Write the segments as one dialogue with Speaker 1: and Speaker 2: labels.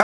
Speaker 1: อ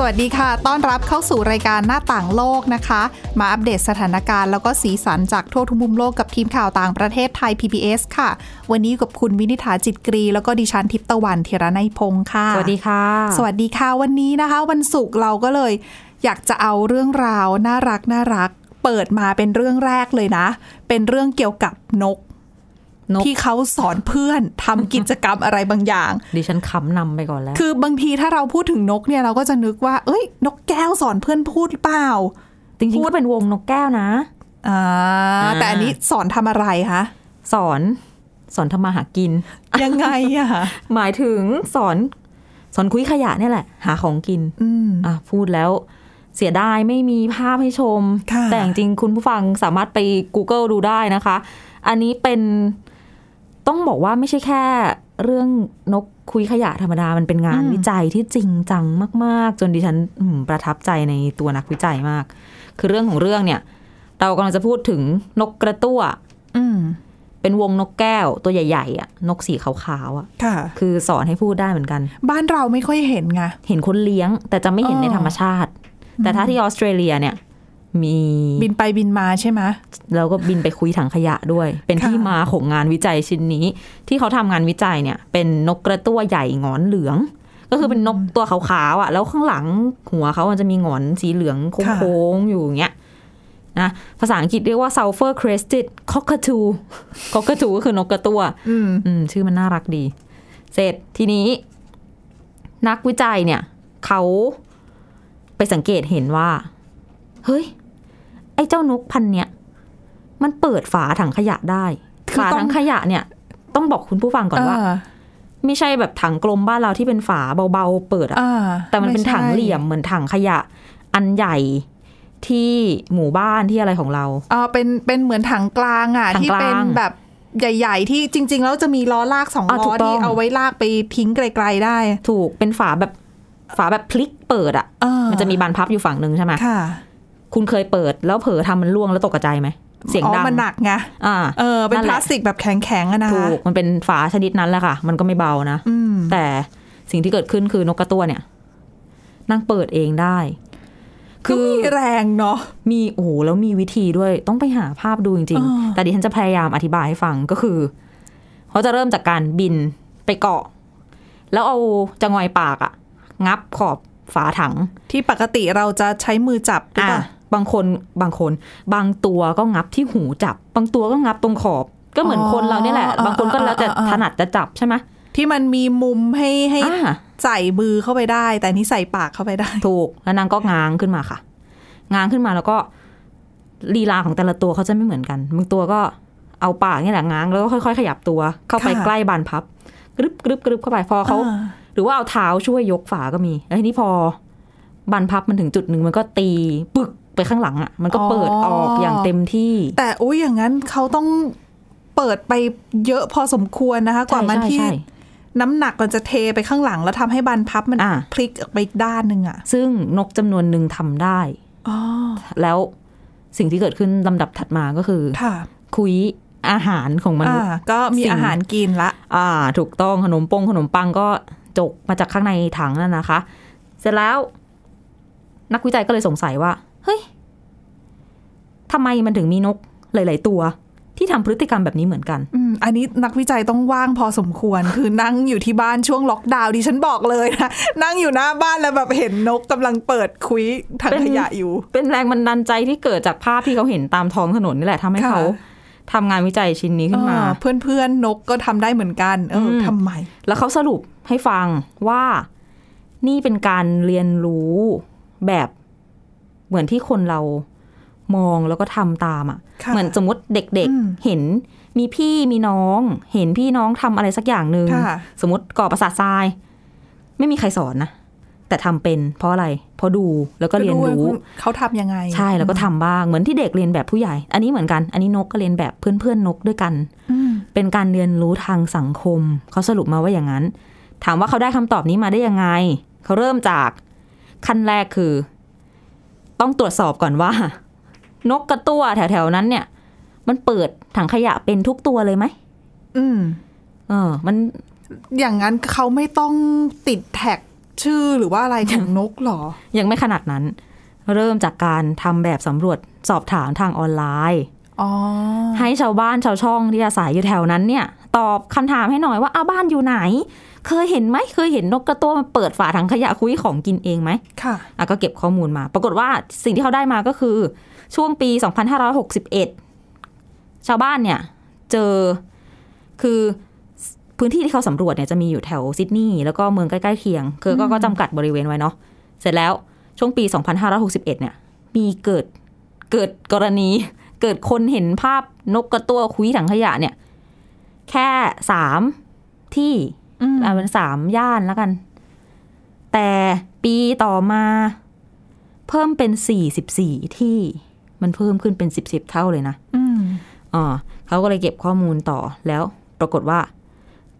Speaker 2: สวัสดีค่ะ ต้อนรับเข้าสู่รายการหน้าต่างโลกนะคะ มาอัปเดตสถานการณ์แล้วก็สีสันจากทั่วทุกมุมโลกกับทีมข่าวต่างประเทศไทย PBS ค่ะ วันนี้อยู่กับคุณวินิษฐาจิตกรี แล้วก็ดิฉันทิพย์ตะวันธีรนัยพงค์ค่ะ
Speaker 3: สวัสดีค่ะ
Speaker 2: สวัสดีค่ะวันนี้นะคะ วันศุกร์เราก็เลย อยากจะเอาเรื่องราวน่ารักน่ารัก เปิดมาเป็นเรื่องแรกเลยนะ เป็นเรื่องเกี่ยวกับนก
Speaker 3: นก
Speaker 2: ที่เขาสอนเพื่อนทำกิจกรรมอะไรบางอย่าง
Speaker 3: ดิฉันขำนำไปก่อนแล้ว
Speaker 2: คือบางทีถ้าเราพูดถึงนกเนี่ยเราก็จะนึกว่า เอ้ย นกแก้วสอนเพื่อนพูดหรือเปล่า
Speaker 3: จริงๆก็เป็นวงนกแก้วนะ
Speaker 2: อ่าแต่อันนี้สอนทำอะไรคะ
Speaker 3: สอนสอนทำมาหากิน
Speaker 2: ยังไงอะ
Speaker 3: หมายถึงสอน สอนคุยขยะเนี่ยแหละ หาของกิน
Speaker 2: อืม
Speaker 3: อ่ะพูดแล้วเสียดายไม่มีภาพให้ชม
Speaker 2: ค่ะ
Speaker 3: แต่จริงๆคุณผู้ฟังสามารถไป Google ดูได้นะคะ อันนี้เป็นต้องบอกว่าไม่ใช่แค่เรื่องนกคุยขยะธรรมดา มันเป็นงานวิจัยที่จริงจังมากๆ จนดิฉันอืมประทับใจในตัวนักวิจัยมาก คือเรื่องของเรื่องเนี่ย เรากำลังจะพูดถึงนกกระตั้ว
Speaker 2: อืม
Speaker 3: เป็นวงนกแก้วตัวใหญ่ๆอ่ะนกสีขาวๆอ่ะ
Speaker 2: ค่ะ
Speaker 3: คือสอนให้พูดได้เหมือนกัน
Speaker 2: บ้านเราไม่ค่อยเห็นไง
Speaker 3: เห็นคนเลี้ยง แต่จะไม่เห็น
Speaker 2: อ๋อ
Speaker 3: ในธรรมชาติ แต่ถ้าที่ออสเตรเลียเนี่ย มี
Speaker 2: บินไปบินมาใช่ไหม
Speaker 3: แล้วก็บินไปคุยถังขยะด้วย เป็น
Speaker 2: ค่ะ
Speaker 3: ที่มาของงานวิจัยชิ้นนี้ ที่เขาทำงานวิจัยเนี่ย เป็นนกกระตั้วใหญ่หงอนเหลือง ก็คือเป็นนกตัวขาวๆอ่ะ แล้วข้างหลังหัวเขามันจะมีหงอนสีเหลืองโค้งๆอยู่อย่างเงี้ยนะภาษาอังกฤษเรียกว่า sulfur crested cockatoo cockatoo ก็คือนกกระตั้ว
Speaker 2: อืม
Speaker 3: อืมชื่อมันน่ารักดี เสร็จทีนี้ นักวิจัยเนี่ย เขาไปสังเกตเห็นว่า เฮ้ย ไอ้เจ้านกพันธุ์เนี่ย มันเปิดฝาถังขยะได้
Speaker 2: คือ
Speaker 3: ฝา
Speaker 2: ต้อง
Speaker 3: ถังขยะเนี่ย ต้องบอกคุณผู้ฟังก่อนว่า
Speaker 2: เ
Speaker 3: ไม่ใช่แบบถังกลมบ้านเราที่เป็นฝาเบาๆเปิดอะ
Speaker 2: อ่า
Speaker 3: แต่มันเป็น
Speaker 2: ไใช่
Speaker 3: ถังเหลี่ยมเหมือนถังขยะ อันใหญ่ที่หมู่บ้านที่อะไรของเรา
Speaker 2: เออเป็นเป็นเหมือนถังกลางอ่ะ
Speaker 3: ถัง
Speaker 2: ที่
Speaker 3: กลาง
Speaker 2: เป็นแบบใหญ่ ๆ ที่จริง ๆ แล้วจะมีล้อลากสอง
Speaker 3: อ่ะ
Speaker 2: ล้
Speaker 3: ถู
Speaker 2: อก
Speaker 3: ต้อ
Speaker 2: ที่
Speaker 3: ง
Speaker 2: เอาไว้ลากไปทิ้งไกลๆได้
Speaker 3: ถูกเป็นฝาแบบฝาแบบพลิกเปิดอะ
Speaker 2: เออ
Speaker 3: มันจะมีบานพับอยู่ฝั่งหนึ่งใช่ไหม
Speaker 2: ค่ะ
Speaker 3: คุณเคยเปิดแล้วเผลอทำมันล่วงแล้วตกกระจายไหม เสียง
Speaker 2: อ๋อ
Speaker 3: ดัง
Speaker 2: มันหนักไง
Speaker 3: อ่า
Speaker 2: เออเป็น
Speaker 3: นั่น
Speaker 2: พ
Speaker 3: แหละ
Speaker 2: ลาสติกแบบแข็งๆอะนะ
Speaker 3: ถูกมันเป็นฝาชนิดนั้นแหละค่ะ มันก็ไม่เบานะ
Speaker 2: อืม
Speaker 3: แต่สิ่งที่เกิดขึ้นคือนกกระตั้วเนี่ย นั่งเปิดเองได้
Speaker 2: คื
Speaker 3: คือ อ
Speaker 2: มีแรงเนาะ
Speaker 3: มีโอ้โหแล้วมีวิธีด้วยต้องไปหาภาพดูจริง
Speaker 2: อ่า
Speaker 3: ๆ แต่ดิฉันจะพยายามอธิบายให้ฟังก็คือเขาจะเริ่มจากการบินไปเกาะ แล้วเอาจะงอยปากอะงับขอบฝาถัง
Speaker 2: ที่ปกติเราจะใช้มือจับหรือเปล่า
Speaker 3: อ่ะบางคนบางคน บางตัวก็งับที่หูจับ บางตัวก็งับตรงขอบ ก็เหมือน
Speaker 2: อ๋อ
Speaker 3: คนเราเนี่ยแหละ
Speaker 2: อ่า
Speaker 3: บางคนก็แล้วแต่
Speaker 2: อ่าอ่า
Speaker 3: ถนัดจะจับใช่ไหม
Speaker 2: ที่มันมีมุมให้ให้
Speaker 3: อ่า
Speaker 2: ใส่มือเข้าไปได้ แต่อันนี่ใส่ปากเข้าไปได้
Speaker 3: ถูกแล้วนางก็ง้างขึ้นมาค่ะ ง้างขึ้นมาแล้วก็ลีลาของแต่ละตัวเขาจะไม่เหมือนกันบางตัวก็เอาปากเนี่ยแหละง้างแล้วก็ค่อยๆ ขยับตัวเข้าไป
Speaker 2: ค่ะ
Speaker 3: ใกล้บานพับกรึบกรึบกรึบเข้าไปพอเขา
Speaker 2: อ่
Speaker 3: หรือว่าเอาเท้าช่วยยกฝาก็มี แล้วทีนี้พอบานพับมันถึงจุดหนึ่งมันก็ตีปึกไปข้างหลังอ่ะ มันก็เปิดออกอย่างเต็มที่
Speaker 2: แต่อุ้ยอย่างนั้นเขาต้องเปิดไปเยอะพอสมควรนะคะ กว่ามัน
Speaker 3: ใช่
Speaker 2: ที่
Speaker 3: ใช่ใช่
Speaker 2: น้ำหนักมันจะเทไปข้างหลัง แล้วทำให้บานพับมัน
Speaker 3: อ่า
Speaker 2: พลิกออกไปอีกด้านหนึ่งอ่ะ
Speaker 3: ซึ่งนกจำนวนหนึ่งทำได้
Speaker 2: อ๋อ
Speaker 3: แล้วสิ่งที่เกิดขึ้นลำดับถัดมาก็คือ
Speaker 2: ค่ะ
Speaker 3: คุยอาหารของมนุ
Speaker 2: อ่า
Speaker 3: ษย์
Speaker 2: ก็มี
Speaker 3: สิ่ง
Speaker 2: อาหารกินละ
Speaker 3: อ่า ถูกต้องขนมปงขนมปังก็จกมาจากข้างในถังนั่นนะคะ เสร็จแล้ว นักวิจัยก็เลยสงสัยว่า เฮ้ยทำไมมันถึงมีนกหลาย ๆ ตัว ที่ทำพฤติกรรมแบบนี้เหมือนกัน
Speaker 2: อืมอันนี้นักวิจัยต้องว่างพอสมควร คือนั่งอยู่ที่บ้านช่วงล็อกดาวน์ดิฉันบอกเลยนะนั่งอยู่หน้าบ้านแล้วแบบเห็นนกกำลังเปิดคุยถัง
Speaker 3: เป็น
Speaker 2: ขยะอยู่
Speaker 3: เป็นแรงบันดาลใจที่เกิดจากภาพที่เขาเห็นตามท้องถนนนี่แหละทำให้
Speaker 2: ค่ะ
Speaker 3: เขาทำงานวิจัยชิ้นนี้ขึ้นมา
Speaker 2: เพื่อนเพื่อนๆนกก็ทำได้เหมือนกัน เอออ
Speaker 3: ม
Speaker 2: ทำไม
Speaker 3: แล้วเขาสรุปให้ฟังว่านี่เป็นการเรียนรู้แบบเหมือนที่คนเรามองแล้วก็ทำตามอะ่ะ
Speaker 2: ค่ะ
Speaker 3: เหมือนสมมติเด็ก
Speaker 2: อืม
Speaker 3: ๆเห็นมีพี่มีน้อง เห็นพี่น้องทำอะไรสักอย่างหนึ่ง
Speaker 2: ค่ะ
Speaker 3: สมมติก่อประสาททราย ไม่มีใครสอนนะ แต่ทำเป็นเพราะอะไรเพราะดูแล้วก็เรียน
Speaker 2: ดูว่า
Speaker 3: รู้
Speaker 2: เขาทำยังไง
Speaker 3: ใช่แล้วก็ทำบ้างเหมือนที่เด็กเรียนแบบผู้ใหญ่ อันนี้เหมือนกัน อันนี้นกก็เรียนแบบเพื่อนๆนกด้วยกัน
Speaker 2: อืม
Speaker 3: เป็นการเรียนรู้ทางสังคม เขาสรุปมาว่าอย่างนั้น ถามว่าเขาได้คำตอบนี้มาได้ยังไง เขาเริ่มจาก ขั้นแรกคือ ต้องตรวจสอบก่อนว่า นกกระตั้วแถวๆนั้นเนี่ย มันเปิดถังขยะเป็นทุกตัวเลยไหม
Speaker 2: อืม
Speaker 3: เออ มัน
Speaker 2: อย่างนั้นเขาไม่ต้องติดแท็กชื่อหรือว่าอะไรของนกหรอ
Speaker 3: ยังไม่ขนาดนั้น เริ่มจากการทำแบบสำรวจสอบถามทางออนไลน์
Speaker 2: อ๋อ
Speaker 3: ให้ชาวบ้านชาวช่องที่อาศัยอยู่แถวนั้นเนี่ย ตอบคำถามให้หน่อยว่าอาบ้านอยู่ไหน เคยเห็นไหมเคยเห็นนกกระตั้วมันเปิดฝาถังขยะคุยของกินเองไหม
Speaker 2: ค่ะ
Speaker 3: อ่ะก็เก็บข้อมูลมา ปรากฏว่าสิ่งที่เขาได้มาก็คือ ช่วงปี 2561 ชาวบ้านเนี่ย เจอคือพื้นที่ที่เขาสำรวจเนี่ยจะมีอยู่แถวซิดนีย์แล้วก็เมืองใกล้ๆเคียง คือก็ก็จำกัดบริเวณไว้เนาะเสร็จแล้วช่วงปี 2561 เนี่ย มีเกิดเกิดกรณี เกิดคนเห็นภาพนกกระตั้วคุยถังขยะเนี่ย แค่สามที่
Speaker 2: อืม
Speaker 3: อ่าเป็นสามย่านแล้วกัน แต่ปีต่อมา เพิ่มเป็นสี่สิบสี่ที่มันเพิ่มขึ้นเป็นสิบสิบเท่าเลยนะ
Speaker 2: อืม
Speaker 3: อ่าเขาก็เลยเก็บข้อมูลต่อแล้วปรากฏว่า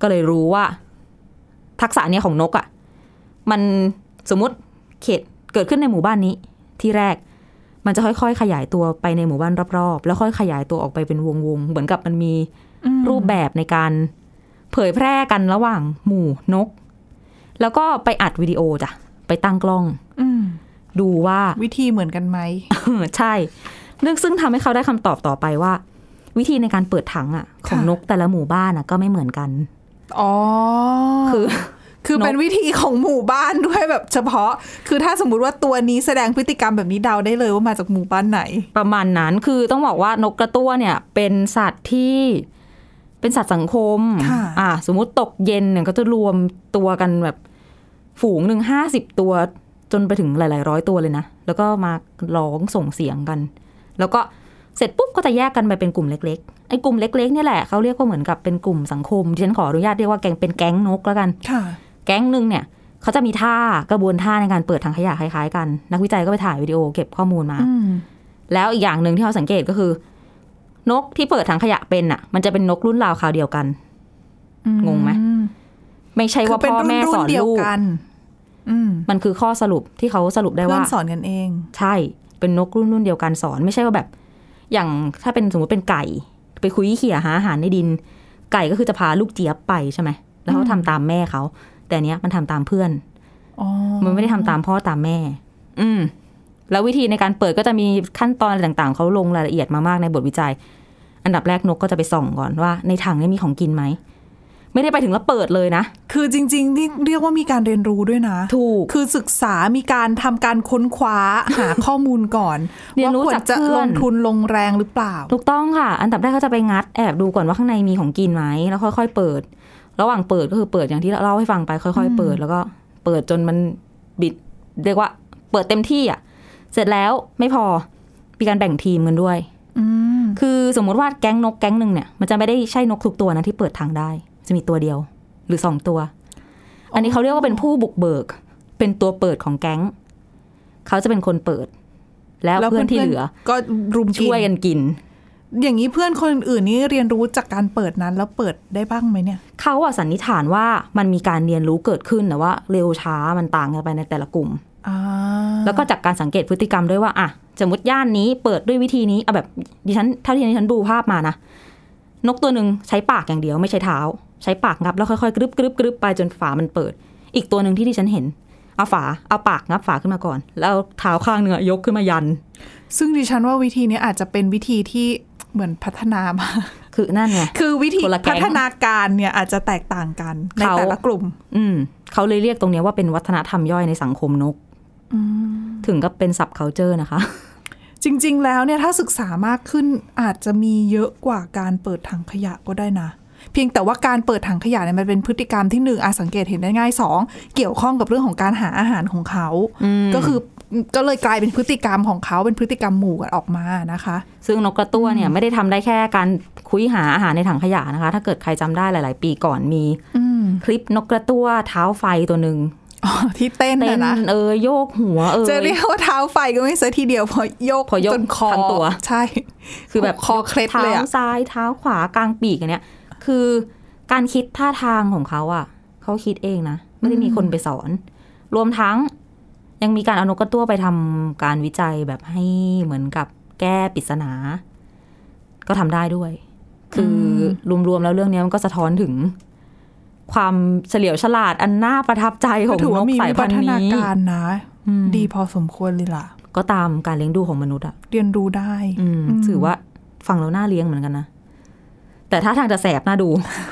Speaker 3: ก็เลยรู้ว่า ทักษะเนี้ยของนกอะ่ะ มันสมมติเขตเกิดขึ้นในหมู่บ้านนี้ ที่แรก มันจะค่อยๆ ขยายตัวไปในหมู่บ้านรอบๆ แล้วค่อยขยายตัวออกไปเป็นวงๆเหมือนกับมันมี
Speaker 2: อืม
Speaker 3: รูปแบบในการเผยแพร่กันระหว่างหมู่นก แล้วก็ไปอัดวิดีโอจ้ะไปตั้งกล้อง
Speaker 2: อืม
Speaker 3: ดูว่า
Speaker 2: วิธีเหมือนกันไหม
Speaker 3: เออ ใช่เรื่องซึ่งทำให้เขาได้คำตอบต่อไปว่า วิธีในการเปิดถังอ่ะ ของ
Speaker 2: ค่ะ
Speaker 3: นกแต่ละหมู่บ้านอ่ะก็ไม่เหมือนกัน
Speaker 2: อ๋อ
Speaker 3: คือ
Speaker 2: คือเป็นวิธีของหมู่บ้านด้วยแบบเฉพาะ คือถ้าสมมุติว่าตัวนี้แสดงพฤติกรรมแบบนี้เดาได้เลยว่ามาจากหมู่บ้านไหน
Speaker 3: ประมาณนั้นคือต้องบอกว่านกกระตั้วเนี่ย เป็นสัตว์ที่เป็นสัตว์สังคม
Speaker 2: ค่ะ
Speaker 3: อ่าสมมติตกเย็นเนี่ยก็จะรวมตัวกันแบบ ฝูงหนึ่งห้าสิบตัวจนไปถึงหลาย ๆ ร้อยตัวเลยนะ แล้วก็มาร้องส่งเสียงกัน แล้วก็เสร็จปุ๊บก็จะแยกกันไปเป็นกลุ่มเล็ก ๆ ไอ้กลุ่มเล็ก ๆ เนี่ยแหละเขาเรียกว่าเหมือนกับเป็นกลุ่มสังคมดิฉันขออนุญาตเรียกว่าแก๊งเป็นแก๊งนกแล้วกัน
Speaker 2: ค่ะ
Speaker 3: แก๊งหนึ่งเนี่ยเขาจะมีท่ากระบวนท่าในการเปิดถังขยะคล้ายๆกัน นักวิจัยก็ไปถ่ายวิดีโอเก็บข้อมูลมา
Speaker 2: อืม
Speaker 3: แล้วอีกอย่างหนึ่งที่เราสังเกตก็คือ นกที่เปิดถังขยะเป็นอ่ะ มันจะเป็นนกรุ่นราวคราวเดียวกัน งงไหม ไม่ใช่
Speaker 2: คือ
Speaker 3: ว่า
Speaker 2: เป็น
Speaker 3: พ่อ
Speaker 2: รุ่น
Speaker 3: แม่
Speaker 2: รุ่
Speaker 3: ส
Speaker 2: น
Speaker 3: อน
Speaker 2: เดียว
Speaker 3: ลูก
Speaker 2: กัน อืม
Speaker 3: มันคือข้อสรุปที่เขาสรุปได้
Speaker 2: เพื่อ
Speaker 3: ว่า
Speaker 2: นสอนกันเอง
Speaker 3: ใช่เป็นนกรุ่นรุ่นเดียวกันสอนไม่ใช่ว่าแบบ อย่างถ้าเป็นสมมติเป็นไก่ ไปคุยเขี่ยหาอาหารในดิน ไก่ก็คือจะพาลูกเจี๊ยบไปใช่ไหมแล้วเขาทำตามแม่เขาแต่อันเนี้ยมันทำตามเพื่อน
Speaker 2: อ๋อ
Speaker 3: มันไม่ได้ทำตามพ่อตามแม่ อืม แล้ววิธีในการเปิดก็จะมีขั้นตอนอะไรต่างๆ เขาลงรายละเอียดมามากในบทวิจัย อันดับแรกนกก็จะไปส่องก่อนว่า ในถังเนี่ยมีของกินไหม ไม่ได้ไปถึงแล้วเปิดเลยนะ
Speaker 2: คือจริงๆนี่เรียกว่ามีการเรียนรู้ด้วยนะ
Speaker 3: ถูก
Speaker 2: คือศึกษามีการทำการค้นคว้า หาข้อมูลก่อน
Speaker 3: เรียน
Speaker 2: ว่า
Speaker 3: รู้
Speaker 2: ควร
Speaker 3: จาก
Speaker 2: จะ
Speaker 3: เพื่อ
Speaker 2: ล
Speaker 3: น
Speaker 2: งทุนลงแรงหรือเปล่า
Speaker 3: ถูกต้องค่ะ อันดับแรกเขาจะไปงัดแอบดูก่อนว่าข้างในมีของกินไหม แล้วค่อยๆเปิด ระหว่างเปิดก็คือเปิดอย่างที่เล่าให้ฟังไปค่อยๆ เปิดแล้วก็เปิดจนมันบิด เรียกว่า เปิดเต็มที่อ่ะ เสร็จแล้วไม่พอมีการแบ่งทีมกันด้วย
Speaker 2: อืม
Speaker 3: คือสมมติว่าแก๊งนกแก๊งหนึ่งเนี่ย มันจะไม่ได้ใช่นกทุกตัวนะที่เปิดทางได้ จะมีตัวเดียวหรือสองตัว อันนี้เขาเรียกว่าเป็นผู้บุกเบิก เป็นตัวเปิดของแก๊ง เขาจะเป็นคนเปิด แล้วเพื่อนที่เหลือ
Speaker 2: ก็รุม
Speaker 3: ช่วยกันกิน
Speaker 2: อย่างนี้เพื่อนคนอื่นๆนี่เรียนรู้จากการเปิดนั้นแล้วเปิดได้บ้างไหมเนี่ย
Speaker 3: เขาอะสันนิษฐานว่ามันมีการเรียนรู้เกิดขึ้นแต่ว่าเร็วช้ามันต่างกันไปในแต่ละกลุ่ม
Speaker 2: อ่า
Speaker 3: แล้วก็จากการสังเกตพฤติกรรมด้วยว่าอะสมมติย่านนี้เปิดด้วยวิธีนี้เอาแบบดิฉันเท่าที่ดิฉันดูภาพมานะ นกตัวหนึ่งใช้ปากอย่างเดียวไม่ใช้เท้า ใช้ปากงับแล้วค่อยๆกรึบกรึบกรึบไปจนฝามันเปิด อีกตัวหนึ่งที่ดิฉันเห็นเอาฝาเอาปากงับฝาขึ้นมาก่อน แล้วเอาเท้าข้างเนื้อะยกขึ้นมายัน
Speaker 2: ซึ่งดิฉันว่าวิธีเนี้ยอาจจะเป็นวิธีที่เหมือนพัฒนามา
Speaker 3: คือนั่นไง
Speaker 2: คือวิธี
Speaker 3: คนละแก๊ง
Speaker 2: พัฒนาการเนี่ยอาจจะแตกต่างกันใน
Speaker 3: เขา
Speaker 2: แต่ละกลุ่ม
Speaker 3: อืมเขาเลยเรียกตรงเนี้ยว่าเป็นวัฒนธรรมย่อยในสังคมนกถึงกับเป็น sub culture นะคะ
Speaker 2: จริง ๆ แล้วเนี่ยถ้าศึกษามากขึ้นอาจจะมีเยอะกว่าการเปิดถังขยะก็ได้นะ เพียงแต่ว่าการเปิดถังขยะเนี่ยมันเป็นพฤติกรรมที่หนึ่งอาสังเกตเห็นได้ง่ายสองเกี่ยวข้องกับเรื่องของการหาอาหารของเขา ก็คือก็เลยกลายเป็นพฤติกรรมของเขาเป็นพฤติกรรมหมู่กันออกมานะคะ
Speaker 3: ซึ่งนกกระตั้วเนี่ยไม่ได้ทำได้แค่การคุยหาอาหารในถังขยะนะคะ ถ้าเกิดใครจำได้หลาย ๆ ปีก่อนมี
Speaker 2: อืม
Speaker 3: คลิปนกกระตั้วเท้าไฟตัวหนึ่ง
Speaker 2: อ๋อ ที่เต้น
Speaker 3: เต้น
Speaker 2: นะนะ
Speaker 3: เอยโยกหัวเอย
Speaker 2: จะเรียกว่าเท้าไฟก็ไม่ซะทีเดียวเพอโยก
Speaker 3: พอยก
Speaker 2: จนคอ
Speaker 3: ทั้งตัว
Speaker 2: ใช่
Speaker 3: คือแบบ
Speaker 2: คอเคล็ดเลย
Speaker 3: เท้า
Speaker 2: อะ
Speaker 3: ซ้ายเท้าขวากลางปีกอันเนี้ยคือการคิดท่าทางของเขาอ่ะเขาคิดเองนะ ไม่ได้มีคนไปสอน รวมทั้ง ยังมีการเอานกกระตั้วไปทำการวิจัยแบบให้เหมือนกับแก้ปริศนา ก็ทำได้ด้วย คืออรวมๆแล้วเรื่องเนี้ยมันก็สะท้อนถึง ความเฉลียวฉลาดอันน่าประทับใจข
Speaker 2: ก็
Speaker 3: อง
Speaker 2: ถือน ว่ากมี
Speaker 3: สาย
Speaker 2: วิ
Speaker 3: พั
Speaker 2: วันฒ
Speaker 3: ธุ์
Speaker 2: นา
Speaker 3: นี้
Speaker 2: การนะ
Speaker 3: อืม
Speaker 2: ดีพอสมควรเลยล่ะ
Speaker 3: ก็ตามการเลี้ยงดูของมนุษย์อ่ะ
Speaker 2: เรียนรู้ได้
Speaker 3: อืม
Speaker 2: ม
Speaker 3: ถือว่าฟังแล้วน่าเลี้ยงเหมือนกันนะ แต่ถ้าทางจะแสบน่าดู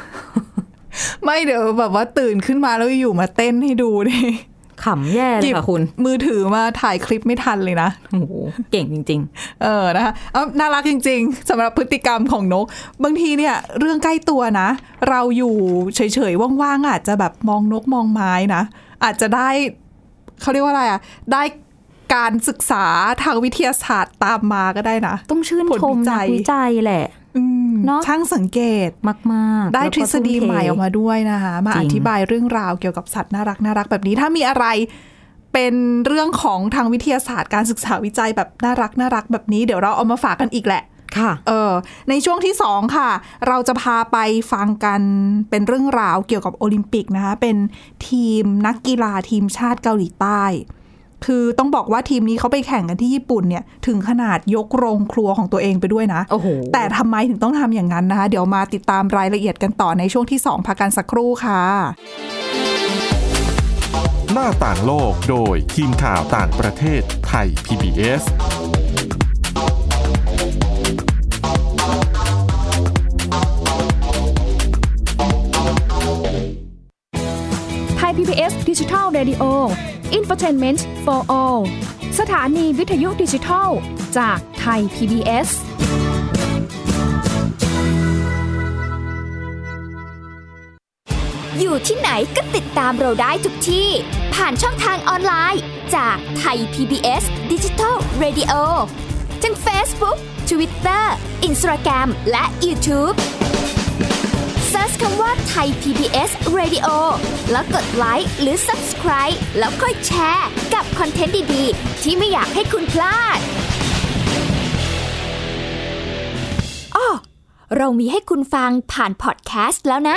Speaker 2: ไม่เดี๋ยวแบบว่าตื่นขึ้นมาแล้วอยู่มาเต้นให้ดูดิ
Speaker 3: ขำแย่เลยค่ะคุณ
Speaker 2: มือถือมาถ่ายคลิปไม่ทันเลยนะ
Speaker 3: โอ้โห เก่งจริง
Speaker 2: เออนะคะเอาน่ารักจริง ๆสำหรับพฤติกรรมของนก บางทีเนี่ย เรื่องใกล้ตัวนะ เราอยู่เฉยๆว่างๆอาจจะแบบมองนกมองไม้นะ อาจจะได้เขาเรียกว่าอะไรอ่ะ ได้การศึกษาทางวิทยาศาสตร์ตามมาก็ได้นะ
Speaker 3: ๆ ต้องชื่น
Speaker 2: ผล
Speaker 3: ชม
Speaker 2: วิจั
Speaker 3: นัก
Speaker 2: ย
Speaker 3: วิจัยแหละ
Speaker 2: อืม
Speaker 3: เนอะ
Speaker 2: ช่างสังเกต
Speaker 3: มากๆ
Speaker 2: ได้
Speaker 3: แล้ว
Speaker 2: ทฤษฎี
Speaker 3: ทุ่เท
Speaker 2: ใหม่ออกมาด้วยนะคะ มา
Speaker 3: จริ
Speaker 2: อง ธิบายเรื่องราวเกี่ยวกับสัตว์น่ารักน่ารักแบบนี้ ถ้ามีอะไรเป็นเรื่องของทางวิทยาศาสตร์การศึกษาวิจัยแบบน่ารักน่ารักแบบนี้เดี๋ยวเราเอามาฝากกันอีกแหละ
Speaker 3: ค่ะ
Speaker 2: เออในช่วงที่ 2 ค่ะ เราจะพาไปฟังกันเป็นเรื่องราวเกี่ยวกับโอลิมปิกนะคะ เป็นทีมนักกีฬาทีมชาติเกาหลีใต้ คือต้องบอกว่าทีมนี้เขาไปแข่งกันที่ญี่ปุ่นเนี่ย ถึงขนาดยกโรงครัวของตัวเองไปด้วยนะ
Speaker 3: โอ้โห
Speaker 2: แต่ทำไมถึงต้องทำอย่างนั้นนะคะ เดี๋ยวมาติดตามรายละเอียดกันต่อในช่วงที่ 2พักกันสักครู่ค่ะ
Speaker 1: หน้าต่างโลกโดยทีมข่าวต่างประเทศไทย PBS
Speaker 4: ไทย PBS Digital Radio Infotainment for All สถานีวิทยุดิจิทัล จากไทย PBS
Speaker 5: อยู่ที่ไหนก็ติดตามเราได้ทุกที่ ผ่านช่องทางออนไลน์ จากไทย PBS Digital Radio ทั้ง Facebook Twitter Instagram และ YouTube Search คำว่าไทย PBS Radio แล้วกดไลค์หรือ Subscribe แล้วค่อยแชร์ กับคอนเทนต์ดี ๆ ที่ไม่อยากให้คุณพลาดอ้อเรามีให้คุณฟังผ่านพอดแคสต์แล้วนะ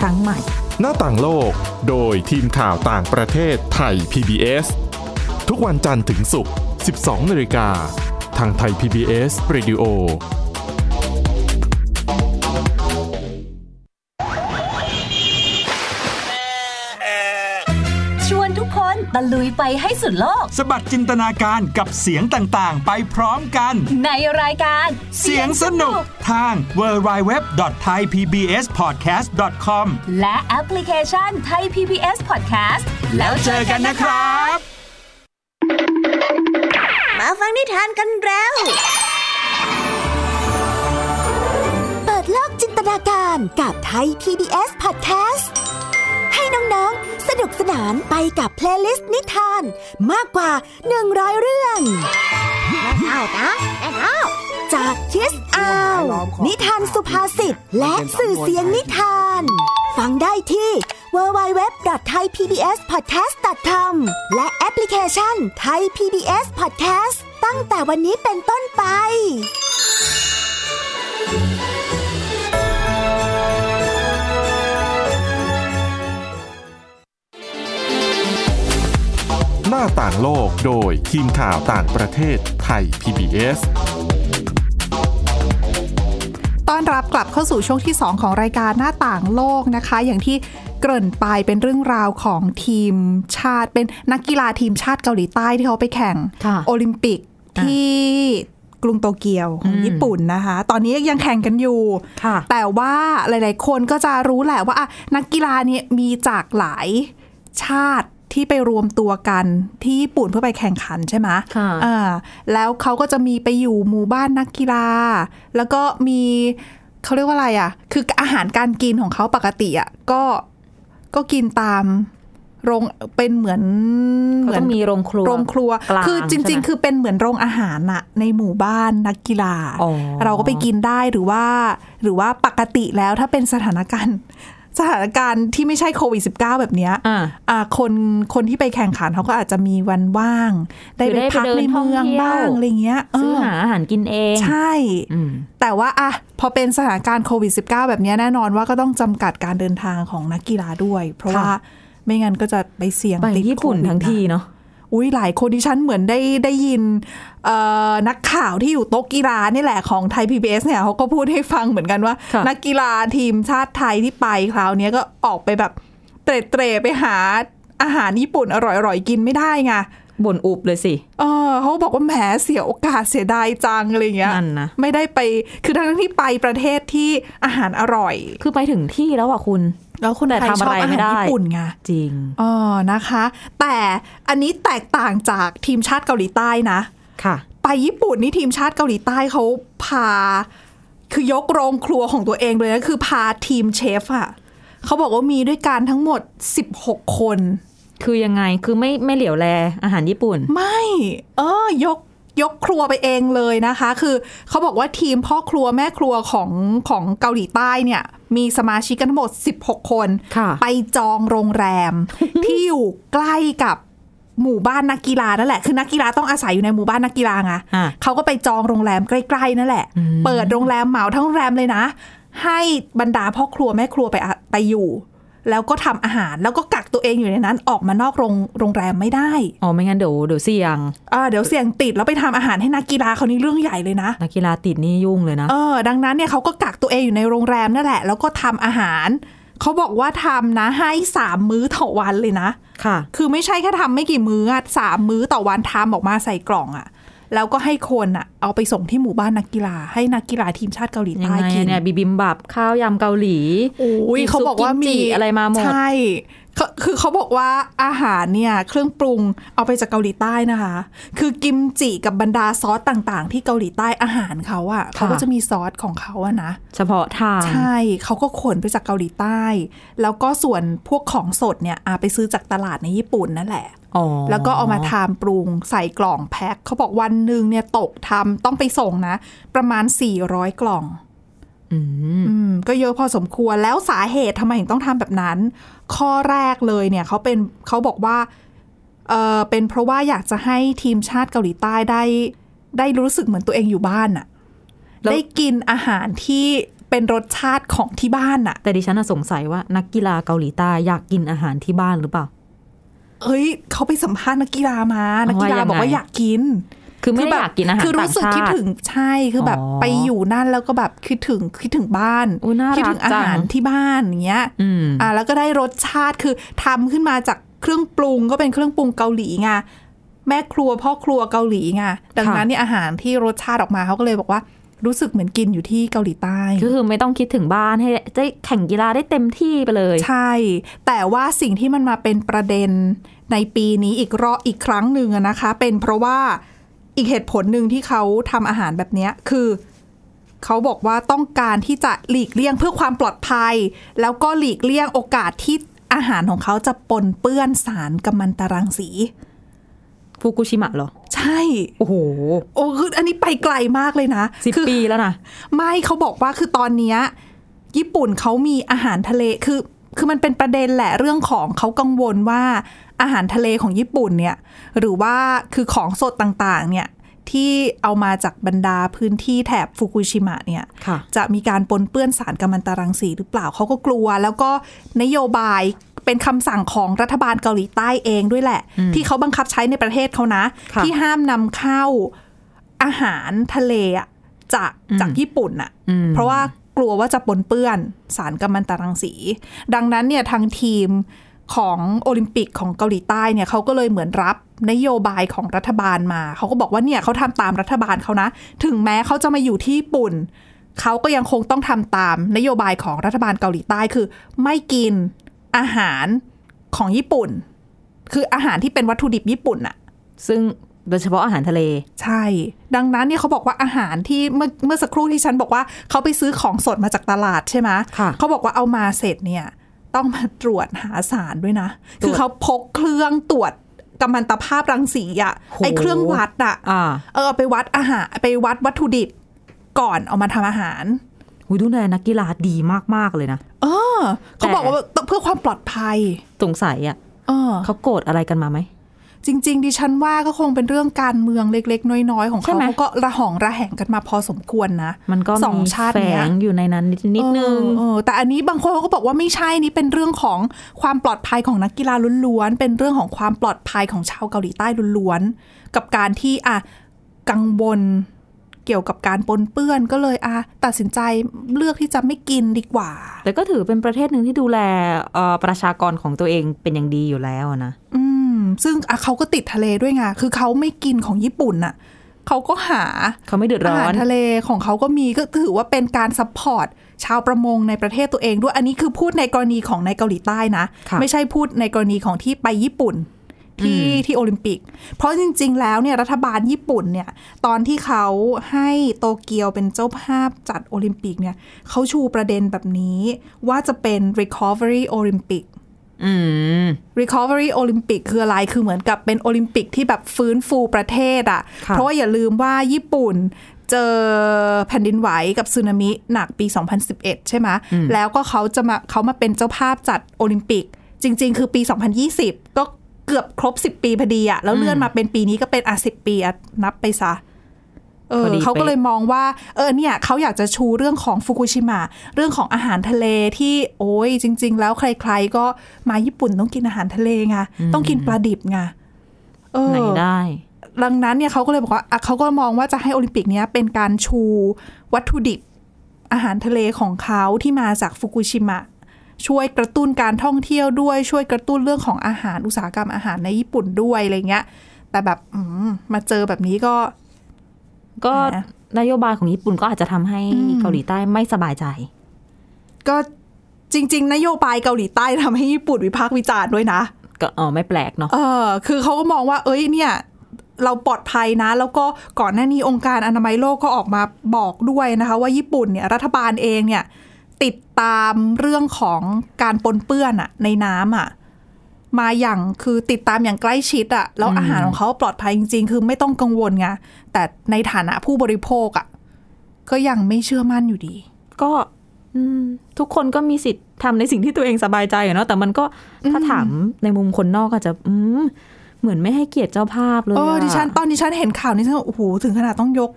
Speaker 3: ครั้งใหม่
Speaker 1: หน้าต่างโลก โดยทีมข่าวต่างประเทศไทย PBS ทุกวันจันทร์ถึงศุกร์ 12นาฬิกา ทางไทย PBS Radio
Speaker 6: ชวนทุกคนตะลุยไปให้สุดโลก
Speaker 7: สะบัดจินตนาการกับเสียงต่าง ๆ ไปพร้อมกัน
Speaker 6: ในรายการ
Speaker 7: เสียงสนุกทาง w w w t h a i p b s p o d c a s t c o m
Speaker 6: และแอปพลิเคชันไทย PBS Podcast
Speaker 7: แล้วเจอกันนะครับ
Speaker 8: มาฟังนิทานกันแล้ว
Speaker 5: เปิดโลกจินตนาการกับไทย PBS Podcast ให้น้องๆ สนุกสนานไปกับเพลย์ลิสต์นิทาน มากกว่า 100 เรื่อง
Speaker 8: เอานะแอนเอา
Speaker 5: จากคิสอาวนิทานสุภาษิตและสื่อเสียงนิทาน ฟังได้ที่ www.thaipbspodcast.com และแอปพลิเคชัน Thai PBS Podcast ตั้งแต่วันนี้เป็นต้นไป
Speaker 1: หน้าต่างโลกโดยทีมข่าวต่างประเทศไทย PBS
Speaker 2: ต้อนรับกลับเข้าสู่ช่วงที่ 2 ของรายการหน้าต่างโลกนะคะ อย่างที่เกริ่นไปเป็นเรื่องราวของทีมชาติเป็นนักกีฬาทีมชาติเกาหลีใต้ที่เขาไปแข่ง
Speaker 3: ค่ะ
Speaker 2: โอลิมปิกที่กรุงโตเกียวของ
Speaker 3: อืม
Speaker 2: ญี่ปุ่นนะคะ ตอนนี้ยังแข่งกันอยู่
Speaker 3: ค่ะ
Speaker 2: แต่ว่าหลาย ๆ คนก็จะรู้แหละว่าอ่ะนักกีฬาเนี่ยมีจากหลายชาติที่ไปรวมตัวกันที่ญี่ปุ่นเพื่อไปแข่งขันใช่ไหม
Speaker 3: ค่ะ
Speaker 2: อ่าแล้วเขาก็จะมีไปอยู่หมู่บ้านนักกีฬา แล้วก็มีเขาเรียกว่าอะไรอ่ะ คืออาหารการกินของเขาปกติอ่ะก็ก็กินตาม โรงเป็นเหมือน
Speaker 3: เขาต้องมีโรงครัว
Speaker 2: โรงครัว
Speaker 3: กลาง
Speaker 2: คือจ
Speaker 3: ใช่
Speaker 2: ริง
Speaker 3: ไหม
Speaker 2: ๆ คือเป็นเหมือนโรงอาหารน่ะในหมู่บ้านนักกีฬา
Speaker 3: อ๋อ
Speaker 2: เราก็ไปกินได้หรือว่า หรือว่าปกติแล้วถ้าเป็นสถานการณ์ สถานการณ์ที่ไม่ใช่โควิด -19 แบบเนี้ย
Speaker 3: อ่า
Speaker 2: อ่าคนคนที่ไปแข่งขันเขาก็อาจจะมีวันว่าง ได้
Speaker 3: หรือ
Speaker 2: ไป
Speaker 3: ได้ไป
Speaker 2: พัก
Speaker 3: เดิน
Speaker 2: ใน
Speaker 3: ท่อง
Speaker 2: เมือง
Speaker 3: เที่ยว
Speaker 2: บ้างอะไรเงี้ยเ
Speaker 3: ซื้อหาอาหารกินเอง
Speaker 2: ใช่
Speaker 3: อืม
Speaker 2: แต่ว่าอะพอเป็นสถานการณ์โควิด -19 แบบเนี้ยแน่นอนว่าก็ต้องจำกัดการเดินทางของนักกีฬาด้วย เพราะ
Speaker 3: ค่ะ
Speaker 2: ว่าไม่งั้นก็จะไปเสี่ยง
Speaker 3: ไป
Speaker 2: ติด
Speaker 3: ญี่ปุ่น
Speaker 2: โควิด
Speaker 3: ทั้งที
Speaker 2: นะ
Speaker 3: เนาะ
Speaker 2: อุ้ยหลายคนดิฉันเหมือนได้ได้ยินเอ่อนักข่าวที่อยู่โต๊ะกีฬานี่แหละของไทย PBS เนี่ยเขาก็พูดให้ฟังเหมือนกันว่า
Speaker 3: ค่ะ
Speaker 2: นักกีฬาทีมชาติไทยที่ไปคราวเนี้ยก็ออกไปแบบเตร่ๆไปหาอาหารญี่ปุ่นอร่อยๆกินไม่ได้ไง
Speaker 3: บ่นอุบเลยสิ
Speaker 2: เออเขาบอกว่าแหมเสียโอกาสเสียดายจังอะไรอย่างเงี้ย
Speaker 3: นั่นนะ
Speaker 2: ไม่ได้ไป คือทั้งที่ไปประเทศที่อาหารอร่อย
Speaker 3: คือไปถึงที่แล้วอ่ะคุณ
Speaker 2: แล้วคน
Speaker 3: แต่
Speaker 2: ไทย
Speaker 3: ทำ
Speaker 2: ช
Speaker 3: อะ
Speaker 2: อบ
Speaker 3: ไร
Speaker 2: อาหา
Speaker 3: ไม่
Speaker 2: ร
Speaker 3: ได้
Speaker 2: ญี่ปุ่นไง
Speaker 3: จริง
Speaker 2: อ๋อนะคะ แต่อันนี้แตกต่างจากทีมชาติเกาหลีใต้นะ
Speaker 3: ค่ะ
Speaker 2: ไปญี่ปุ่นนี่ทีมชาติเกาหลีใต้เขาพา คือยกโรงครัวของตัวเองเลยนะ คือพาทีมเชฟอะเขาบอกว่ามีด้วยกันทั้งหมด 16 คน
Speaker 3: คือยังไง คือไม่ไม่เหลียวแลอาหารญี่ปุ่น
Speaker 2: ไม่ เออยกยกครัวไปเองเลยนะคะ คือเขาบอกว่าทีมพ่อครัวแม่ครัวของของเกาหลีใต้เนี่ย มีสมาชิกกันทั้งหมด 16 คน
Speaker 3: ค่ะ
Speaker 2: ไปจองโรงแร ม ที่อยู่ใกล้กับหมู่บ้านนักกีฬานั่นแหละ คือนักกีฬาต้องอาศัยอยู่ในหมู่บ้านนักกีฬาไง
Speaker 3: อ่ะ
Speaker 2: เขาก็ไปจองโรงแรมใกล้ๆนั่นแหละ เปิดโรงแรมเหมาทั้งโรงแรมเลยนะ ให้บรรดาพ่อครัวแม่ครัวไปอะไปอยู่ แล้วก็ทำอาหารแล้วก็กักตัวเองอยู่ในนั้น ออกมานอกโรงโรงแรมไม่ได้
Speaker 3: อ๋อ ไม่งั้นเดี๋ยวเดี๋ยวเสี่ยง
Speaker 2: อ่าเดี๋ยวเสี่ยงติดแล้วไปทำอาหารให้นักกีฬาเขานี่เรื่องใหญ่เลยนะ
Speaker 3: นักกีฬาติดนี่ยุ่งเลยนะ
Speaker 2: เออ ดังนั้นเนี่ยเขาก็กักตัวเองอยู่ในโรงแรมนั่นแหละ แล้วก็ทำอาหาร เขาบอกว่าทำนะให้สามมื้อต่อวันเลยนะ
Speaker 3: ค่ะ
Speaker 2: คือไม่ใช่แค่ทำไม่กี่มื้ออะสามมื้อต่อวันทำออกมาใส่กล่องอะแล้วก็ให้คนอะเอาไปส่งที่หมู่บ้านนักกีฬา ให้นักกีฬาทีมชาติเกาหลี
Speaker 3: ยัง
Speaker 2: ใต้
Speaker 3: ไง
Speaker 2: กิน
Speaker 3: เนี่ยบิบิมบับข้าวยำเกาหลี
Speaker 2: อุ้ย
Speaker 3: มี
Speaker 2: เขาบอกว่า
Speaker 3: ซุปกิมจิ
Speaker 2: มี
Speaker 3: อะไรมาหมด
Speaker 2: ใช่เขาคือเขาบอกว่าอาหารเนี่ยเครื่องปรุงเอาไปจากเกาหลีใต้นะคะ คือกิมจิกับบรรดาซอสต่างๆ ที่เกาหลีใต้อาหารเขาอะเขาก็จะมีซอสของเขาอะนะ
Speaker 3: เฉพาะทาง
Speaker 2: ใช่เขาก็ขนไปจากเกาหลีใต้ แล้วก็ส่วนพวกของสดเนี่ยอาไปซื้อจากตลาดในญี่ปุ่นนั่นแหละ
Speaker 3: อ๋อ
Speaker 2: แล้วก็เอามาทำปรุงใส่กล่องแพ็คเขาบอกวันหนึ่งเนี่ยตกทำต้องไปส่งนะ ประมาณ 400 กล่อง
Speaker 3: อืม
Speaker 2: อืมก็เยอะพอสมควรแล้วสาเหตุทำไมถึงต้องทำแบบนั้น ข้อแรกเลยเนี่ยเขาเป็นเขาบอกว่าเออเป็นเพราะว่าอยากจะให้ทีมชาติเกาหลีใต้ได้ ได้รู้สึกเหมือนตัวเองอยู่บ้านอะ
Speaker 3: แล้ว
Speaker 2: ได้กินอาหารที่เป็นรสชาติของที่บ้านอะ
Speaker 3: แต่ดิฉันน่ะสงสัยว่านักกีฬาเกาหลีใต้อยากกินอาหารที่บ้านหรือเปล่า
Speaker 2: เอ้ยเขาไปสัมภาษณ์นักกีฬามา นักกีฬา
Speaker 3: ว่ายังไง
Speaker 2: บอกว่าอยากกิน
Speaker 3: คือไม่ได้
Speaker 2: แบบ
Speaker 3: อยากกินอาหาร
Speaker 2: คือรู้
Speaker 3: ต่าง
Speaker 2: สึก
Speaker 3: ชา
Speaker 2: คิด
Speaker 3: ติ
Speaker 2: ถึงใช่คือแบบ
Speaker 3: อ๋อ
Speaker 2: ไปอยู่นั่นแล้วก็แบบคิดถึงคิดถึงบ้าน
Speaker 3: อุ๊ยน่า
Speaker 2: คิด
Speaker 3: รัก
Speaker 2: ถึงอาหาร
Speaker 3: จัง
Speaker 2: ที่บ้านอย่างเงี้ย
Speaker 3: อืม
Speaker 2: อ่าแล้วก็ได้รสชาติคือทำขึ้นมาจากเครื่องปรุงก็เป็นเครื่องปรุงเกาหลีไงแม่ครัวพ่อครัวเกาหลีไงดัง
Speaker 3: ค่ะ
Speaker 2: นั้นเนี่ยอาหารที่รสชาติออกมาเขาก็เลยบอกว่า รู้สึกเหมือนกินอยู่ที่เกาหลีใต้
Speaker 3: ก็คือไม่ต้องคิดถึงบ้านให้ได้แข่งกีฬาได้เต็มที่ไปเลย
Speaker 2: ใช่ แต่ว่าสิ่งที่มันมาเป็นประเด็นในปีนี้อีกรอบอีกครั้งหนึ่งอะนะคะ เป็นเพราะว่าอีกเหตุผลหนึ่งที่เขาทำอาหารแบบเนี้ยคือเขาบอกว่าต้องการที่จะหลีกเลี่ยงเพื่อความปลอดภัย แล้วก็หลีกเลี่ยงโอกาสที่อาหารของเขาจะปนเปื้อนสารกัมมันตรังสี
Speaker 3: ฟูกุชิมะเหรอ
Speaker 2: ใช่
Speaker 3: โอ้โห
Speaker 2: โอ้คืออันนี้ไปไกลมากเลยนะ
Speaker 3: สิบ
Speaker 2: คือ
Speaker 3: ปีแล้วนะ
Speaker 2: ไม่เขาบอกว่าคือตอนเนี้ยญี่ปุ่นเขามีอาหารทะเลคือคือมันเป็นประเด็นแหละเรื่องของเขากังวลว่าอาหารทะเลของญี่ปุ่นเนี่ยหรือว่าคือของสดต่างๆเนี่ยที่เอามาจากบรรดาพื้นที่แถบฟุกุชิมะเนี่ย
Speaker 3: ค่ะ
Speaker 2: จะมีการปนเปื้อนสารกัมมันตรังสีหรือเปล่าเขาก็กลัว แล้วก็นโยบายเป็นคำสั่งของรัฐบาลเกาหลีใต้เองด้วยแหละ ที่เขาบังคับใช้ในประเทศเขานะ
Speaker 3: ค่ะ
Speaker 2: ที่ห้ามนำเข้าอาหารทะเลอะจาก
Speaker 3: อืม
Speaker 2: จากญี่ปุ่นอะ
Speaker 3: อืม
Speaker 2: เพราะว่ากลัวว่าจะปนเปื้อนสารกัมมันตรังสี ดังนั้นเนี่ยทางทีมของโอลิมปิกของเกาหลีใต้เนี่ยเขาก็เลยเหมือนรับนโยบายของรัฐบาลมา เขาก็บอกว่าเนี่ยเขาทำตามรัฐบาลเขานะ ถึงแม้เขาจะมาอยู่ที่ญี่ปุ่น เขาก็ยังคงต้องทำตามนโยบายของรัฐบาลเกาหลีใต้คือ ไม่กินอาหารของญี่ปุ่น คืออาหารที่เป็นวัตถุดิบญี่ปุ่นอะ
Speaker 3: ซึ่งโดยเฉพาะอาหารทะเล
Speaker 2: ใช่ ดังนั้นเนี่ยเขาบอกว่าอาหารที่เมื่อเมื่อสักครู่ที่ฉันบอกว่าเขาไปซื้อของสดมาจากตลาดใช่ไหม
Speaker 3: ค่ะ
Speaker 2: เขาบอกว่าเอามาเสร็จเนี่ย ต้องมาตรวจหาสารด้วยนะ คือเขาพกเครื่องตรวจกัมมันตภาพรังสีอะ
Speaker 3: โห
Speaker 2: ไอเครื่องวัดอะ
Speaker 3: อ่า
Speaker 2: เออไปวัดอาหารไปวัดวัตถุดิบก่อนเอามาทำอาหาร
Speaker 3: หูยดูแลนักกีฬาดีมาก ๆ เลยนะ
Speaker 2: เออเขา
Speaker 3: แต่
Speaker 2: บอกว่าเพื่อความปลอดภัย
Speaker 3: สงสัยอ่ะ
Speaker 2: เออ
Speaker 3: เขาโกรธอะไรกันมาไหม
Speaker 2: จริง ๆ ดิฉันว่าก็คงเป็นเรื่องการเมืองเล็ก ๆ น้อย ๆ ของ
Speaker 3: ใช่
Speaker 2: เขา
Speaker 3: ไหม
Speaker 2: เขาก็ระหองระแหงกันมาพอสมควรนะ
Speaker 3: มันก็
Speaker 2: สอง
Speaker 3: มี
Speaker 2: ชาติ
Speaker 3: แฝ
Speaker 2: เนี้ย
Speaker 3: งอยู่ในนั้นนิดๆนึง
Speaker 2: เออเออแต่อันนี้บางคนเขาก็บอกว่าไม่ใช่นี่เป็นเรื่องของความปลอดภัยของนักกีฬาล้วนๆ เป็นเรื่องของความปลอดภัยของชาวเกาหลีใต้ล้วนๆ กับการที่อ่ะกังวลเกี่ยวกับการปนเปื้อนก็เลยอ่ะตัดสินใจเลือกที่จะไม่กินดีกว่า
Speaker 3: แต่ก็ถือเป็นประเทศหนึ่งที่ดูแลเอ่อประชากรของตัวเองเป็นอย่างดีอยู่แล้วอะนะ
Speaker 2: อืม ซึ่งอ่ะเขาก็ติดทะเลด้วยไงคือเขาไม่กินของญี่ปุ่นน่ะเขาก็หา
Speaker 3: เขาไม่เดือดร้
Speaker 2: อา
Speaker 3: อ
Speaker 2: หาร
Speaker 3: น
Speaker 2: ทะเลของเขาก็มีก็ถือว่าเป็นการซัพพอร์ตชาวประมงในประเทศตัวเองด้วยอันนี้คือพูดในกรณีของในเกาหลีใต้นะ
Speaker 3: ค่ะ
Speaker 2: ไม่ใช่พูดในกรณีของที่ไปญี่ปุ่น ที่
Speaker 3: อืม
Speaker 2: ที่โอลิมปิก เพราะจริง ๆ แล้วเนี่ยรัฐบาลญี่ปุ่นเนี่ยตอนที่เขาให้โตเกียวเป็นเจ้าภาพจัดโอลิมปิกเนี่ยเขาชูประเด็นแบบนี้ว่าจะเป็น recovery Olympic
Speaker 3: อืม
Speaker 2: Recovery Olympic คืออะไร คือเหมือนกับเป็นโอลิมปิกที่แบบฟื้นฟูประเทศอะ่ะ
Speaker 3: ค่ะ
Speaker 2: เพราะว่าอย่าลืมว่าญี่ปุ่นเจอแผ่นดินไหวกับสึนามิหนักปี 2011 ใช่ไหม แล้วก็เขาจะมาเขามาเป็นเจ้าภาพจัดโอลิมปิก จริง ๆ คือปี 2020 ก็เกือบครบ 10 ปีพอดีอะแล้วเลื่อนมาเป็นปีนี้ก็เป็นอ่ะสิปีอะนับไปซะ เอ
Speaker 3: พ
Speaker 2: อ
Speaker 3: อดี
Speaker 2: เขาก็
Speaker 3: เป๊ะ
Speaker 2: เลยมองว่า เออเนี่ยเขาอยากจะชูเรื่องของฟุกุชิมะเรื่องของอาหารทะเลที่โอ้ยจริง ๆ แล้วใคร ๆ ก็มาญี่ปุ่นต้องกินอาหารทะเลไงต้องกินปลาดิบไงเออ
Speaker 3: ไหนได้
Speaker 2: ดังนั้นเนี่ยเขาก็เลยบอกว่าอ่ะเขาก็มองว่าจะให้โอลิมปิกเนี้ยเป็นการชูวัตถุดิบอาหารทะเลของเขาที่มาจากฟุกุชิมะ ช่วยกระตุ้นการท่องเที่ยวด้วยช่วยกระตุ้นเรื่องของอาหารอุตสาหกรรมอาหารในญี่ปุ่นด้วยอะไรเงี้ย แต่แบบอืมมาเจอแบบนี้ก็
Speaker 3: ก็
Speaker 2: แหม
Speaker 3: นโยบายของญี่ปุ่นก็อาจจะทำให้
Speaker 2: อืม
Speaker 3: เกาหลีใต้ไม่สบายใจ
Speaker 2: ก็จริง ๆ นโยบายเกาหลีใต้ทำให้ญี่ปุ่นวิพากษ์วิจารณ์ด้วยนะ
Speaker 3: ก็อ๋อไม่แปลกเนาะ
Speaker 2: เออ คือเขาก็มองว่า เอ้ย เนี่ย เราปลอดภัยนะ แล้วก็ก่อนหน้านี้องค์การอนามัยโลกก็ออกมาบอกด้วยนะคะ ว่าญี่ปุ่นเนี่ยรัฐบาลเองเนี่ย ติดตามเรื่องของการปนเปื้อนอะในน้ำอะมาอย่างคือติดตามอย่างใกล้ชิดอะแล้วอาหารของเขาปลอดภัยจริง ๆ คือไม่ต้องกังวลไงแต่ในฐานะผู้บริโภคอะก็ยังไม่เชื่อมั่นอยู่ดี
Speaker 3: ก็อืมทุกคนก็มีสิทธิ์ทำในสิ่งที่ตัวเองสบายใจอะเนาะแต่มันก็ถ้าถามในมุมคนนอกอาจจะ อืมเหมือนไม่ให้เกียรติเจ้าภาพเลย
Speaker 2: เออ
Speaker 3: อะ
Speaker 2: ดิฉันตอนดิฉันเห็นข่าวนี้ฉันก็โอ้โหถึงขนาดต้องยก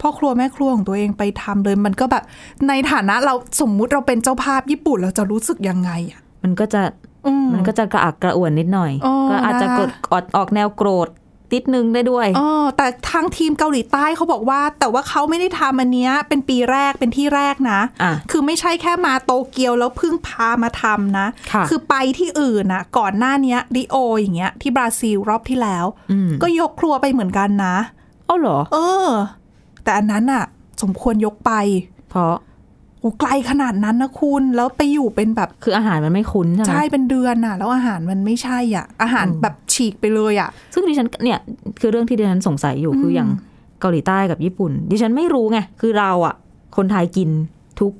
Speaker 2: พ่อครัวแม่ครัวของตัวเองไปทำเลย มันก็แบบในฐานะเราสมมุติเราเป็นเจ้าภาพญี่ปุ่นเราจะรู้สึกยังไงอ่ะ
Speaker 3: มันก็จะ
Speaker 2: อืม
Speaker 3: มันก็จะกระอักกระอ่วนนิดหน่อย
Speaker 2: เออ
Speaker 3: ก็อาจจะ
Speaker 2: นะ
Speaker 3: กดออดออกแนวโกรธนิดนึงได้ด้วย
Speaker 2: เออแต่ทางทีมเกาหลีใต้เขาบอกว่า แต่ว่าเขาไม่ได้ทำอันเนี้ยเป็นปีแรกเป็นที่แรกนะ
Speaker 3: อ่ะ
Speaker 2: คือไม่ใช่แค่มาโตเกียวแล้วเพิ่งพามาทำนะ
Speaker 3: ค่ะ
Speaker 2: อไปที่อื่นนะก่อนหน้าเนี้ยริโออย่างเงี้ยที่บราซิลรอบที่แล้ว ก็ยกครัวไปเหมือนกันนะ
Speaker 3: เอ้าเหรอ
Speaker 2: เออ แต่อันนั้นอ่ะ สมควรยกไป
Speaker 3: เพราะ
Speaker 2: โอ้ไกลขนาดนั้นนะคุณ แล้วไปอยู่เป็นแบบ
Speaker 3: คืออาหารมันไม่คุ้นใช่ไหม
Speaker 2: ใช่เป็นเดือนน่ะ แล้วอาหารมันไม่ใช่อ่ะ อาหารแบบฉีกไปเลยอ่ะ
Speaker 3: ซึ่งดิฉันเนี่ยคือเรื่องที่ดิฉันสงสัยอยู่คืออย่างเกาหลีใต้กับญี่ปุ่น ดิฉันไม่รู้ไงคือเราอะคนไทยกินทุก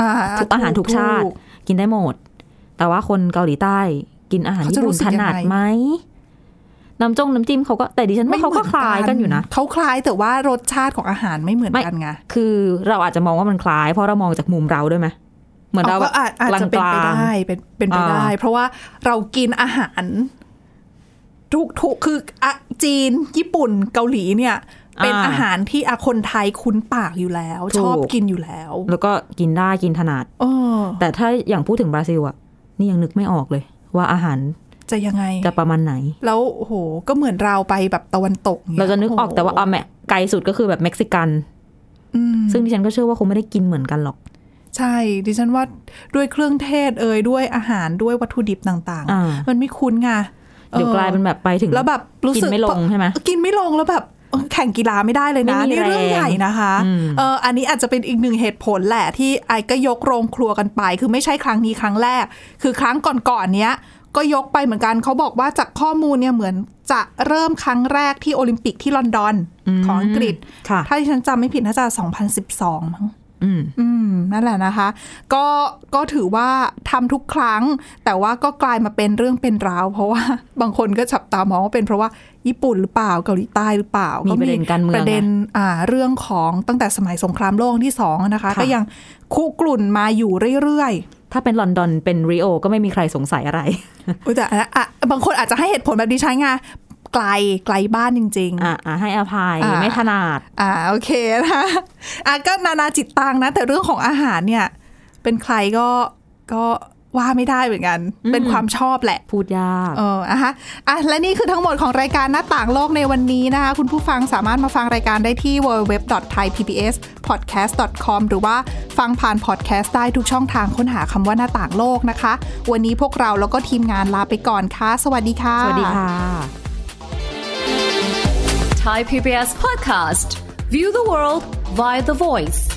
Speaker 2: อ่า
Speaker 3: ทุกอาหารทุกชาติ
Speaker 2: ถูก
Speaker 3: กินได้หมด แต่ว่าคนเกาหลีใต้กินอาหาร
Speaker 2: เขาจะ
Speaker 3: ญี่ปุ่
Speaker 2: รู้
Speaker 3: น
Speaker 2: สึก
Speaker 3: ถ
Speaker 2: ยังไง
Speaker 3: นัดไหมน้ำจงน้ำจิ้มเขาก็แต่ดิฉันว่าเขาก็
Speaker 2: หมื
Speaker 3: คล้ายกันอยู่นะ
Speaker 2: เขาคล้ายแต่ว่ารสชาติของอาหารไม่เหมือนกันไง
Speaker 3: คือเราอาจจะมองว่ามันคล้าย เพราะเรามองจากมุมเราด้วยไหมเหมือนเรา
Speaker 2: อ๋อก็
Speaker 3: แบบ
Speaker 2: อาจอาจจะเป็นไป
Speaker 3: กลางๆ
Speaker 2: ได้เป็นเป็นไป
Speaker 3: อ่า
Speaker 2: ได้ เพราะว่าเรากินอาหารทุกทุกคืออะจีนญี่ปุ่นเกาหลีเนี่ย เป็นอาหารที่อะคนไทยคุ้นปากอยู่แล้ว ชอบกินอยู่แล้ว
Speaker 3: แล้วก็กินได้กินถนัด
Speaker 2: เออ
Speaker 3: แต่ถ้าอย่างพูดถึงบราซิลอะนี่ยังนึกไม่ออกเลย ว่าอาหาร
Speaker 2: จะยังไง
Speaker 3: จะประมาณไหน
Speaker 2: แล้วโอ้โหก็เหมือนเราไปแบบตะวันตกย
Speaker 3: เราจะนึกออกแต่ว่า
Speaker 2: โโห
Speaker 3: เอาแม่ไกลสุดก็คือแบบเม็กซิกัน
Speaker 2: อืม
Speaker 3: ซึ่งดิฉันก็เชื่อว่าคงไม่ได้กินเหมือนกันหรอก
Speaker 2: ใช่ดิฉันว่าด้วยเครื่องเทศเอ่ยด้วยอาหารด้วยวัตถุดิบต่าง
Speaker 3: อ่า
Speaker 2: ๆ มันไม่คุ้นไง
Speaker 3: เดี๋ยวกลายเป็นแบบไปถึง
Speaker 2: แล้วแบบรู้สึ
Speaker 3: กิ
Speaker 2: ก
Speaker 3: นไม่ลงใช่ไหม
Speaker 2: กินไม่ลงแล้วแบบเออแข่งกีฬาไม่ได้เลยนะ
Speaker 3: ไม่มี
Speaker 2: นี่เรื่อง
Speaker 3: แรง
Speaker 2: ใหญ่นะคะ
Speaker 3: อืม
Speaker 2: เอออันนี้อาจจะเป็นอีกหนึ่งเหตุผลแหละที่ไอ้ก็ยกโรงครัวกันไป คือไม่ใช่ครั้งนี้ครั้งแรก คือครั้งก่อนๆเนี้ย ก็ยกไปเหมือนกันเขาบอกว่าจากข้อมูลเนี่ยเหมือนจะเริ่มครั้งแรกที่โอลิมปิกที่ลอนดอนของอังกฤษ
Speaker 3: ค่ะ
Speaker 2: ถ้าที่ฉันจำไม่ผิดน่าจะ 2012 มั้ง
Speaker 3: อืม
Speaker 2: อืมนั่นแหละนะคะ ก็ก็ถือว่าทำทุกครั้ง แต่ว่าก็กลายมาเป็นเรื่องเป็นราว เพราะว่า บางคนก็จับตามองว่าเป็นเพราะว่าญี่ปุ่นหรือเปล่าเกาหลีใต้หรือเปล่า
Speaker 3: มีประเด็นการเมือง
Speaker 2: ประเด็นอ่าเรื่องของตั้งแต่สมัยสงครามโลกที่สองนะคะ
Speaker 3: ค่ะ
Speaker 2: ก็ยังคุกรุ่นมาอยู่เรื่อยๆ
Speaker 3: ถ้าเป็นลอนดอนเป็นริโอก็ไม่มีใครสงสัยอะไร
Speaker 2: อุ๊ยแต่อันนั้นอ่ะบางคนอาจจะให้เหตุผลแบบดิฉันไงไกลไกลบ้านจริง ๆ
Speaker 3: อ่ะอ่ะให้อภัย
Speaker 2: อ่ะ
Speaker 3: ไม่ถนาด
Speaker 2: อ่าโอเคนะคะอ่ะก็นานาจิตตังนะ แต่เรื่องของอาหารเนี่ย เป็นใครก็ก็ว่าไม่ได้เหมือนกัน
Speaker 3: อืม
Speaker 2: เป็นความชอบแหละ
Speaker 3: พูดยาก
Speaker 2: เออนะคะอ่ะ และนี่คือทั้งหมดของรายการหน้าต่างโลกในวันนี้นะคะ คุณผู้ฟังสามารถมาฟังรายการได้ที่ www.thaipbspodcast.com หรือว่าฟังผ่านพอดแคสต์ได้ทุกช่องทางค้นหาคำว่าหน้าต่างโลกนะคะ วันนี้พวกเราแล้วก็ทีมงานลาไปก่อนค่ะ สวัสดีค่ะ
Speaker 3: สวัสดีค่ะ
Speaker 6: Thai PBS podcast. View the world via the voice.